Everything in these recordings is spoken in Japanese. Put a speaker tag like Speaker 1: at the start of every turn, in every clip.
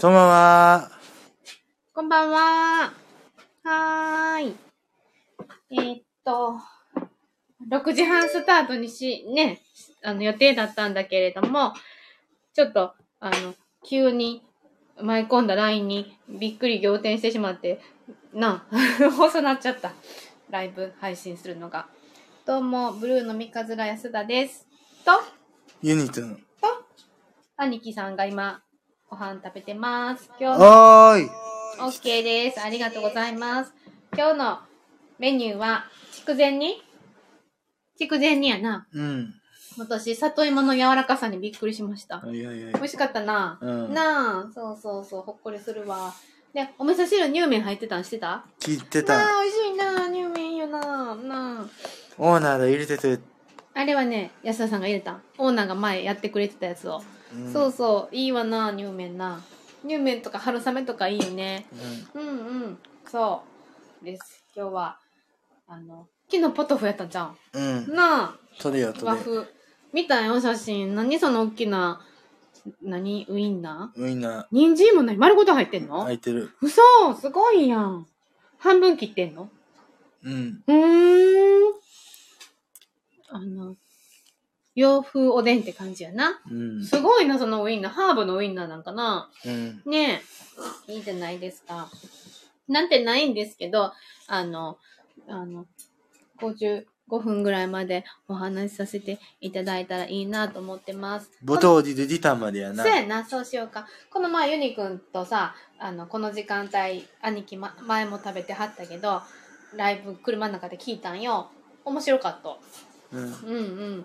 Speaker 1: こんばんは。
Speaker 2: こんばんは。はーい。えーっと、6時半スタートにし、ね、あの予定だったんだけれども、ちょっと、あの、急に舞い込んだ LINE にびっくり仰天してしまって、な あ、細なっちゃった。ライブ配信するのが。どうも、ブルーの三日面安田です。と、
Speaker 1: ユニトン。
Speaker 2: 兄貴さんが今、ご飯食べてます。今日の
Speaker 1: おーい。
Speaker 2: オッケーです。ありがとうございます。今日のメニューは、筑前煮筑前煮やな。
Speaker 1: うん。
Speaker 2: 私、里芋の柔らかさにびっくりしました。
Speaker 1: はいはいはい
Speaker 2: 美。味しかったな。
Speaker 1: うん
Speaker 2: なあ、そうそうそう、ほっこりするわ。で、お味噌汁乳麺入ってたんしてた
Speaker 1: 聞いてた。
Speaker 2: なあ、美味しいなあ、乳麺いいよなあ、なあ。
Speaker 1: オーナーが入れてて。
Speaker 2: あれはね、安田さんが入れた。オーナーが前やってくれてたやつを。
Speaker 1: うん
Speaker 2: そうそう、いいわなあ、乳麺な。乳麺とか春雨とかいいよね。
Speaker 1: うん。
Speaker 2: うんうん、そうです。今日は、あの、昨日ポトフやったじゃん。
Speaker 1: うん。
Speaker 2: なあ、
Speaker 1: 取れよ、取
Speaker 2: 和
Speaker 1: れ。
Speaker 2: 風。見たよ、写真。何その大きな、何ウインナー
Speaker 1: ウインナ
Speaker 2: 人参も何丸ごと入ってん
Speaker 1: ー、
Speaker 2: の、
Speaker 1: 空いてる。
Speaker 2: 嘘すごいやん。半分切ってんの
Speaker 1: うん。
Speaker 2: うーん。あの、洋風おでんって感じやな。
Speaker 1: うん。
Speaker 2: すごいな、そのウインナー。ハーブのウインナーなんかな。
Speaker 1: うん。
Speaker 2: ねえ、いいじゃないですか。なんてないんですけど、あの、あの、55分ぐらいまでお話しさせていただいたらいいなと思ってます。
Speaker 1: ボトーディでディタまでやな
Speaker 2: そう。やな、そうしようか。この前、ユニくんとさ、あの、この時間帯、兄貴、ま、前も食べてはったけど、ライブ、車の中で聞いたんよ。面白かった。
Speaker 1: うん。
Speaker 2: うんうん。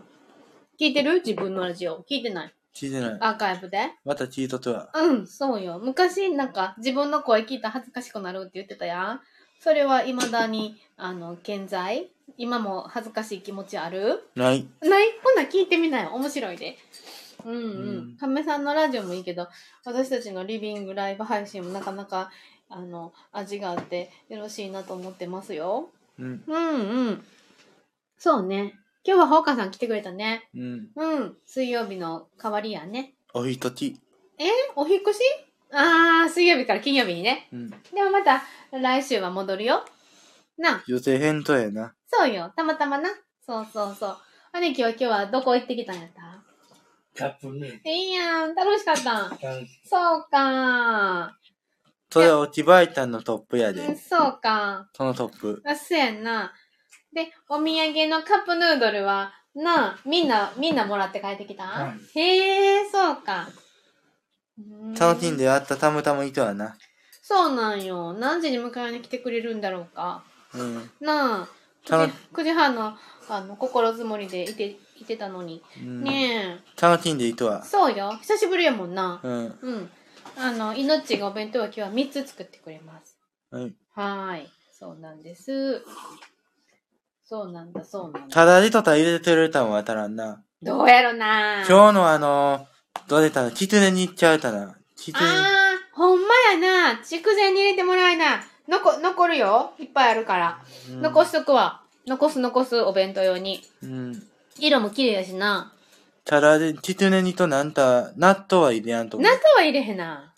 Speaker 2: 聞いてる自分のラジオ。聞いてない。
Speaker 1: 聞いてない。
Speaker 2: アーカイブで
Speaker 1: また聞いととは。
Speaker 2: うん、そうよ。昔、なんか、自分の声聞いたら恥ずかしくなるって言ってたやん。それは未だに、あの、健在今も恥ずかしい気持ちある
Speaker 1: ない。
Speaker 2: ないほな聞いてみなよ。面白いで。うんうん
Speaker 1: ん。
Speaker 2: カメさんのラジオもいいけど、私たちのリビングライブ配信もなかなか、あの、味があって、よろしいなと思ってますよ。
Speaker 1: うん。
Speaker 2: うんうん。そうね。今日はほうかさん来てくれたね。
Speaker 1: うん。
Speaker 2: うん。水曜日の代わりやね。
Speaker 1: おひとき。
Speaker 2: えお引っ越しああ、水曜日から金曜日にね。
Speaker 1: うん。
Speaker 2: でもまた来週は戻るよ。なあ、
Speaker 1: 予定変とやな。
Speaker 2: そうよ。たまたまな。そうそうそう。兄貴は今日はどこ行ってきたんやった
Speaker 3: カップ麺、
Speaker 2: いいやん。楽しかったん。
Speaker 3: パン、
Speaker 2: そうか
Speaker 1: それは落ちばいたんのトップや
Speaker 2: うん、
Speaker 1: で。
Speaker 2: そうか
Speaker 1: そのトップ。
Speaker 2: あ、そうやんな。で、お土産のカップヌードルは、なあ、みんな、みんなもらって帰ってきた、
Speaker 3: は
Speaker 2: へえ、そうか。うー
Speaker 1: 楽しんであったたむたむいとはな。
Speaker 2: そうなんよ。何時に迎えに来てくれるんだろうか。
Speaker 1: うん。
Speaker 2: なあ
Speaker 1: た
Speaker 2: 9時 ,9 時半のあの心づもりでいていてたのに、
Speaker 1: うん
Speaker 2: ね
Speaker 1: 楽しんでいと
Speaker 2: え
Speaker 1: は。
Speaker 2: そうよ久しぶりやもんな
Speaker 1: うん。
Speaker 2: うんあの命がお弁当は今日は3つ作ってくれます
Speaker 1: はい。
Speaker 2: はーいそうなんですそうなんだそうなんだ
Speaker 1: ただでとた入れてるたも当たらんな。
Speaker 2: どうやろなあ
Speaker 1: 今日のあのー、どれたのキツネに行っちゃうたな。キツネ。
Speaker 2: あーほんまやな筑前に入れてもらいなのこ残るよいっぱいあるから、
Speaker 1: うん
Speaker 2: 残しとくわ残す残すお弁当用に
Speaker 1: うん。
Speaker 2: 色も綺麗やしな
Speaker 1: ただで、キツネにとなんた、納豆は入れやんとこ
Speaker 2: 納。豆は入れへんな。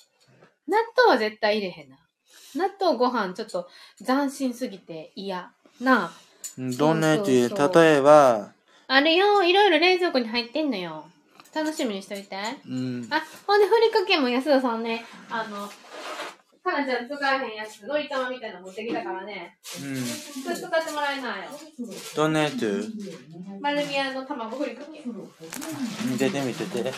Speaker 2: 納豆は絶対入れへんな。納豆ご飯ちょっと斬新すぎて嫌。な
Speaker 1: うんどんなやつ入れ
Speaker 2: そうそうそう
Speaker 1: 例えば、
Speaker 2: あ。あれよ、いろいろ冷蔵庫に入ってんのよ。楽しみにしといて。あ、
Speaker 1: うん。
Speaker 2: ほんで、ふりかけも安田さんね、あの、かなちゃん使えへんやつ、のり玉みたいなの持ってきたからね。
Speaker 1: うん。
Speaker 2: それ使ってもらえないよ。
Speaker 1: どんなやつ
Speaker 2: 丸み屋の卵ふりかけ。もう
Speaker 1: 見てて見てて。
Speaker 2: 終わりやで。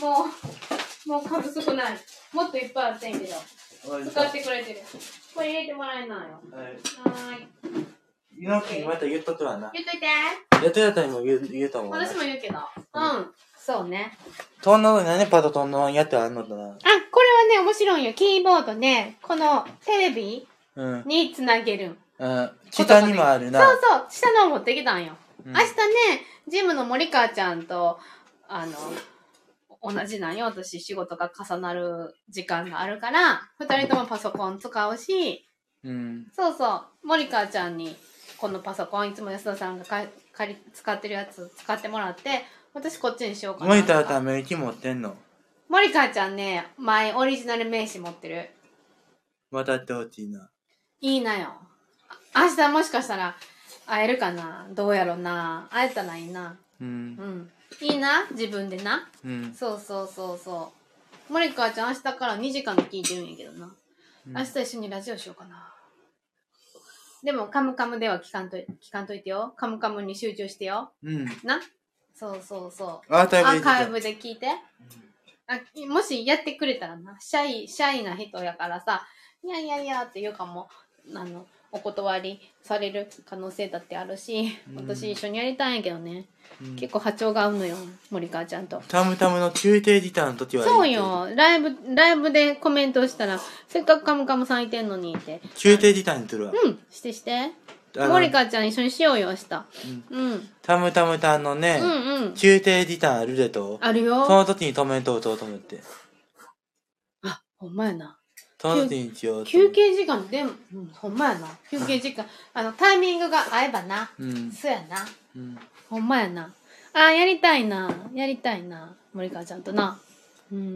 Speaker 2: もう、もう数少ない。もっといっぱいあったんやけど。使ってくれてる。これ入れてもらえないよ。はーい。
Speaker 1: 猪木にまた言っとくわな。
Speaker 2: 言っといて。
Speaker 1: やってやったにも言う言うと思うな。
Speaker 2: 私も言うけど。うん。そうね。
Speaker 1: とんのに何パトとんのやってあんのだな
Speaker 2: あ、これはね、面白いよ。キーボードね、このテレビ。
Speaker 1: うん
Speaker 2: につなげるん。
Speaker 1: うん。北にもあるな。
Speaker 2: そうそう、下のを持ってきたんよ。
Speaker 1: うん
Speaker 2: 明日ね、ジムの森川ちゃんと、あの、同じなんよ。私、仕事が重なる時間があるから、二人ともパソコン使うし、
Speaker 1: うん。
Speaker 2: そうそう、森川ちゃんに、このパソコン、いつも安田さんがか借り、使ってるやつ使ってもらって、私こっちにしようかな。
Speaker 1: モニターため息持ってんの。
Speaker 2: 森川ちゃんね、前オリジナル名刺持ってる。
Speaker 1: また会ってほしいな。
Speaker 2: いいなよ。あ明日もしかしたら会えるかなどうやろな会えたらいいな。
Speaker 1: うん
Speaker 2: う。ん。いいな自分でな。
Speaker 1: うん。
Speaker 2: そうそうそうそう。森川ちゃん明日から2時間で聞いてるんやけどな。
Speaker 1: うん
Speaker 2: 明日一緒にラジオしようかな。でも、カムカムでは聞かんとい、聞かんといてよ。カムカムに集中してよ。
Speaker 1: うん。
Speaker 2: なそうそうそう。
Speaker 1: アーカイブで出
Speaker 2: アー
Speaker 1: た
Speaker 2: カイブで聞いて。あもしやってくれたらな、シャイ、シャイな人やからさ、いやいやいやっていうかも、あの、お断りされる可能性だってあるし、
Speaker 1: うん
Speaker 2: 私一緒にやりたいんやけどね、
Speaker 1: うん
Speaker 2: 結構波長が合うのよ、森川ちゃんと。
Speaker 1: タムタムの宮廷時短の時は
Speaker 2: そう。よ、ライブ、ライブでコメントしたら、せっかくカムカムさんいてんのにって。
Speaker 1: 宮廷時短にするわ。
Speaker 2: うん、してして。
Speaker 1: あの
Speaker 2: 森川ちゃん一緒にしようよ、明日。うん。うん
Speaker 1: タムタムタンのね、
Speaker 2: うん。
Speaker 1: 宮廷時短あるでと。
Speaker 2: ある
Speaker 1: そ
Speaker 2: よ。
Speaker 1: の時に止めとうとうと思って。
Speaker 2: あ、ほんまやな。
Speaker 1: その時に一応。
Speaker 2: 休。憩時間でも、うん、ほんまやな。休憩時間。あの、タイミングが合えばな。
Speaker 1: うん。
Speaker 2: そうやな。
Speaker 1: うん。
Speaker 2: ほんまやな。あー、やりたいな。やりたいな。森川ちゃんとな。うんうんう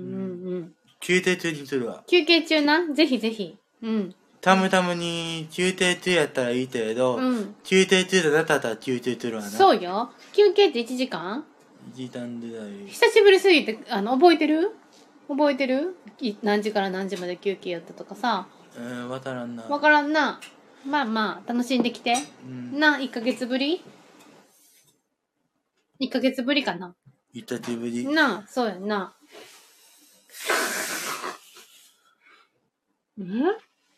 Speaker 2: ん。
Speaker 1: 宮廷中にするわ。
Speaker 2: 休憩中な。ぜひぜひ。うん。
Speaker 1: タムタムに宮廷中やったらいいけれど、
Speaker 2: うん。
Speaker 1: 宮廷中じゃなかったら宮廷するわな。う。
Speaker 2: そうよ。休憩って1時間
Speaker 1: 時短でだい。
Speaker 2: 久しぶりすぎて、あの、覚えてる覚えてるい何時から何時まで休憩やったとかさ。
Speaker 1: うん、わからんな。
Speaker 2: わからんな。まあまあ、楽しんできて。
Speaker 1: うん。
Speaker 2: な、1ヶ月ぶり ?1 ヶ月ぶりかな。
Speaker 1: 久しぶり。
Speaker 2: なあ、そうやんな。 え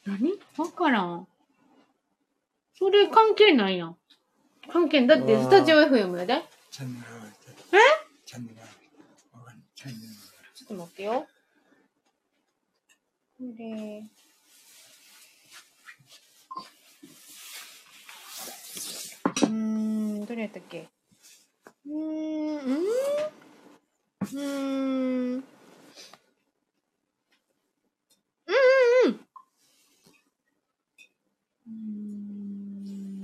Speaker 2: 何わからん。それ関係ないやん。関係ないだって
Speaker 1: うわー
Speaker 2: スタジオ FM やで。
Speaker 1: チャンネル
Speaker 2: え
Speaker 1: チャンネルわかんない。チャンネル
Speaker 2: ちょっと待ってよ。これ。うーん、どれやったっけうーん、うーん。うーん。うん、うん、うん。うーん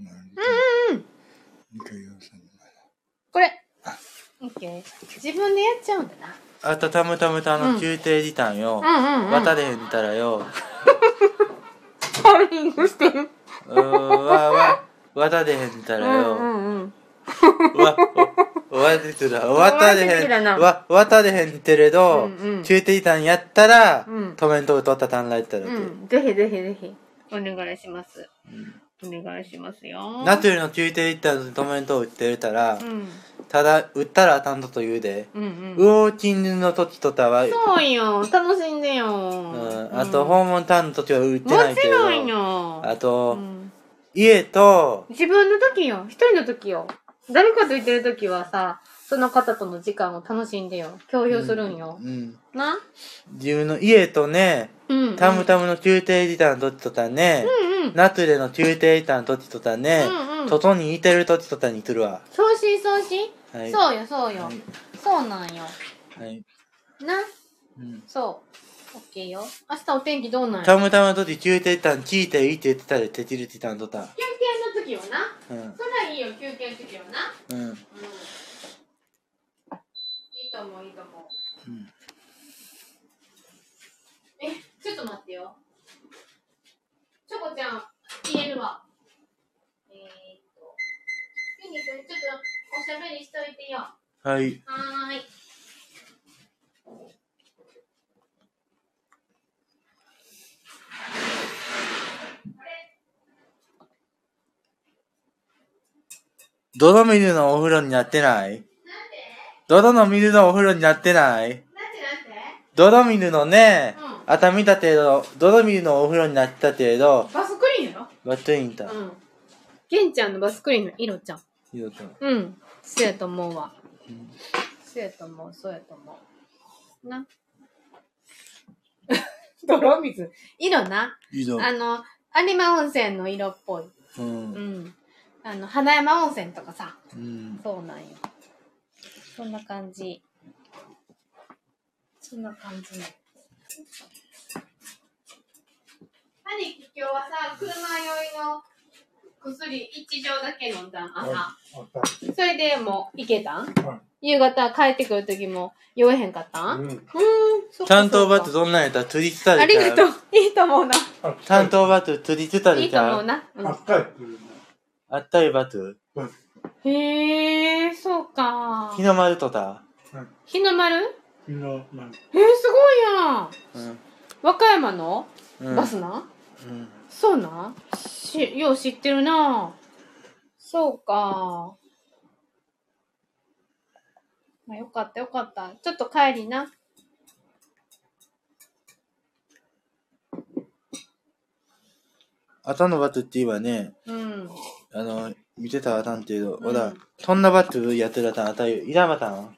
Speaker 2: うんうん。これ。オッケー。自分でやっちゃうんだな。
Speaker 1: あとたむたむたの宮廷時短よ。
Speaker 2: うん
Speaker 1: 渡れへんたらよ。
Speaker 2: タイミングしてる。
Speaker 1: うーわわ渡れへんた
Speaker 2: う
Speaker 1: ら
Speaker 2: ん
Speaker 1: よ。
Speaker 2: うんうん。
Speaker 1: わ、お、わてつら、わたで
Speaker 2: わたで
Speaker 1: へ
Speaker 2: つら
Speaker 1: ん、
Speaker 2: な
Speaker 1: わ、わたでへんけれど、
Speaker 2: うんうん
Speaker 1: 中低たんやったら、
Speaker 2: うん
Speaker 1: トメントを取ったたんらいったらけ、
Speaker 2: うん、ぜひぜひぜひ。お願いします。お願いしますよ。
Speaker 1: ナトゥルの中低たんのトメントを売ってるたら、
Speaker 2: うん。
Speaker 1: ただ、売ったらあたんとと言うで、
Speaker 2: うん
Speaker 1: ウ
Speaker 2: うん。
Speaker 1: ォーキングの時とたは、う
Speaker 2: そうよ。楽しんでよ。
Speaker 1: ん、あと、訪問たんの時は売って
Speaker 2: も
Speaker 1: ない
Speaker 2: ち
Speaker 1: け
Speaker 2: ろん
Speaker 1: ど、
Speaker 2: よ。
Speaker 1: あ
Speaker 2: う
Speaker 1: と、
Speaker 2: ん
Speaker 1: 家と、
Speaker 2: 自分の時よ。一人の時よ。誰かといてる時はさ、その方との時間を楽しんでよ。共有するんよ
Speaker 1: う。ん、
Speaker 2: な
Speaker 1: 自分の家とね、
Speaker 2: うん。
Speaker 1: タムタムの中低時短の時とたね、
Speaker 2: うんうん。
Speaker 1: ナトゥレの中低時短の時とたね、
Speaker 2: うんうん
Speaker 1: 外にいてる時とたにするわ。
Speaker 2: そうしそうし。
Speaker 1: はい。
Speaker 2: そうよ、そうよ
Speaker 1: はい。
Speaker 2: そうなんよ。
Speaker 1: はい。
Speaker 2: な
Speaker 1: うん。
Speaker 2: そう。オッケーよ。明日お天気どうなんや
Speaker 1: たまたまとって中低たん聞いていいって言ってたで、てちるてたんとった。
Speaker 2: 休憩の時よな。
Speaker 1: うん。
Speaker 2: そりゃいいよ、休憩の時よな。
Speaker 1: うん。
Speaker 2: うん。いいと思う、いいと思う。
Speaker 1: うん
Speaker 2: え、ちょっと待ってよ。チョコちゃん、入れるわ。えー、っと。ユニくん、ちょっとおしゃべりしといてよ。は
Speaker 1: はい。
Speaker 2: ーい。
Speaker 1: 泥水のお風呂になってない
Speaker 2: なんで
Speaker 1: 泥の水のお風呂になってない
Speaker 2: なんでなんで
Speaker 1: 泥水のね
Speaker 2: うん、
Speaker 1: あ見た程度、泥水のお風呂になってた程度、
Speaker 2: バスクリーンやろ
Speaker 1: バッドインター。
Speaker 2: うん。げんちゃんのバスクリーンの色ちゃん。
Speaker 1: いいよと
Speaker 2: うん。そうやと思うわ。そうやと思う、そうやと思う。な。 泥水。色な。
Speaker 1: いいぞ
Speaker 2: あの、有馬温泉の色っぽい。
Speaker 1: う。
Speaker 2: うんん。あの、花山温泉とかさ。
Speaker 1: うん。
Speaker 2: そうなんよ。そんな感じ。そんな感じ。兄貴今日はさ、車酔いの薬一錠だけ飲んだん
Speaker 3: はい
Speaker 2: 朝。
Speaker 3: あ
Speaker 2: それでもう行けたん
Speaker 3: たは
Speaker 2: 夕方帰ってくる時も酔えへんかったんうー
Speaker 3: い。
Speaker 2: ん
Speaker 3: う
Speaker 2: そっ
Speaker 3: ん。、
Speaker 2: かそっか
Speaker 1: 担当バットどんなんやったら釣りてたで
Speaker 2: あり
Speaker 1: ちゃう
Speaker 2: がとう。いいと思うな。
Speaker 3: あ
Speaker 1: 担。当バット釣りてた
Speaker 2: い
Speaker 1: で
Speaker 2: い
Speaker 1: ち
Speaker 2: と
Speaker 1: ゃ
Speaker 2: 思う
Speaker 1: う
Speaker 2: な。うん
Speaker 3: あったいっていうね。
Speaker 1: あったいバット
Speaker 3: うん。
Speaker 2: へえ、そうか
Speaker 1: 日。の丸とた
Speaker 3: うん
Speaker 2: 日の丸え
Speaker 3: みんな、なんか
Speaker 2: ー、すごいやん。
Speaker 1: うん
Speaker 2: 和歌山の
Speaker 1: うん
Speaker 2: バスな、
Speaker 1: うん
Speaker 2: そうなんしよう知ってるなそうか。まあ、よかったよかった。ちょっと帰りな。
Speaker 1: 朝のバットって言えばね
Speaker 2: うん。
Speaker 1: あの見てたらあかんけど
Speaker 2: ん
Speaker 1: ほらそんなバットやってるあたんあたいいらまたん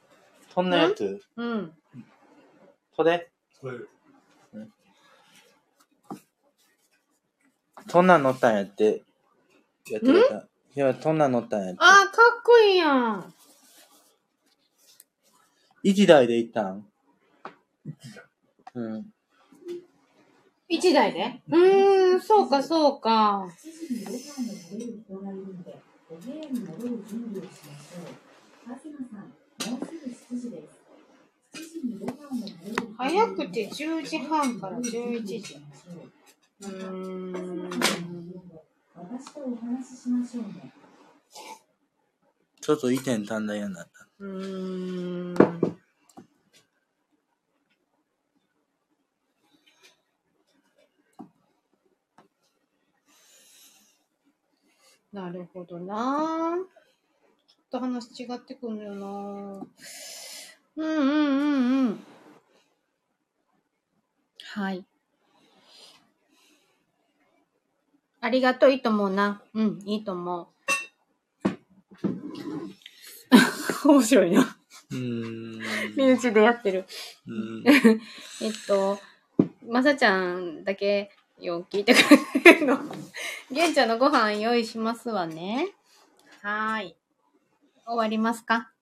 Speaker 1: そんなやつ
Speaker 2: うん。
Speaker 1: それ
Speaker 3: そういう。
Speaker 1: そんなん乗ったんやってやってるあたんいやそんなん乗ったんやって
Speaker 2: あー、かっこいいやん。
Speaker 1: 一台で行ったんうん
Speaker 2: 一台でうーん、そうかそうか。
Speaker 4: 早くて10時半から11時。
Speaker 2: うーん。
Speaker 4: 私とお話ししましょうね。
Speaker 1: ちょっと意見短大やなった
Speaker 2: うーん。なるほどなちょっと話違ってくるよなうんうんうんうん。はい。ありがとう、いいと思うな。うん、 いいと思う。面白いな。
Speaker 1: うーん
Speaker 2: 身内でやってる。
Speaker 1: うん
Speaker 2: えっと、まさちゃんだけよ、聞いてくれてるの。 げんちゃんのご飯用意しますわね。はーい。終わりますか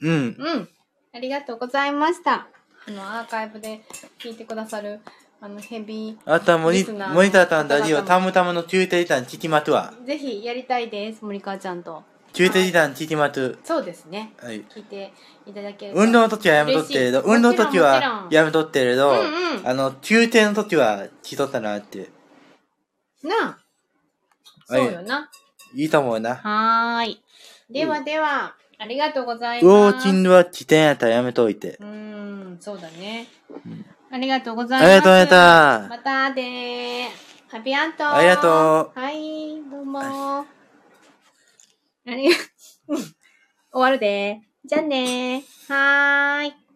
Speaker 1: うん
Speaker 2: うん。ありがとうございました。あの、アーカイブで聞いてくださる、あの、ヘビ
Speaker 1: あとはモ
Speaker 2: リ
Speaker 1: ニ
Speaker 2: スナーの
Speaker 1: モニターさんたちは
Speaker 2: 方々も
Speaker 1: たむたむの中低時短聞きまつわ。
Speaker 2: ー、ぜひやりたいです、森川ちゃんと。
Speaker 1: 中低時短聞きまつ。
Speaker 2: そうですね。
Speaker 1: はい。
Speaker 2: 聞いていただけると
Speaker 1: 運動の時はやめとってけど、
Speaker 2: 嬉しい
Speaker 1: 運動の時
Speaker 2: もちろんもち
Speaker 1: は
Speaker 2: ろん
Speaker 1: やめとってけど、
Speaker 2: うんうん
Speaker 1: あの、中低の時は聞いとったなって。
Speaker 2: なあ。
Speaker 1: はい
Speaker 2: そうよな。
Speaker 1: いいと思うな。
Speaker 2: はーい。ではでは、ありがとうござい
Speaker 1: ウォ
Speaker 2: ます。
Speaker 1: ーキングは起点やったらやめといて。
Speaker 2: うーん、そうだね。ありがとうござい
Speaker 1: あ
Speaker 2: ま
Speaker 1: りが
Speaker 2: す。
Speaker 1: とう、ありがとう。
Speaker 2: またでー。ハピアント
Speaker 1: ありがと
Speaker 2: う。はい、どうもー。ありが、うん。終わるでー。じゃあねー。はーい。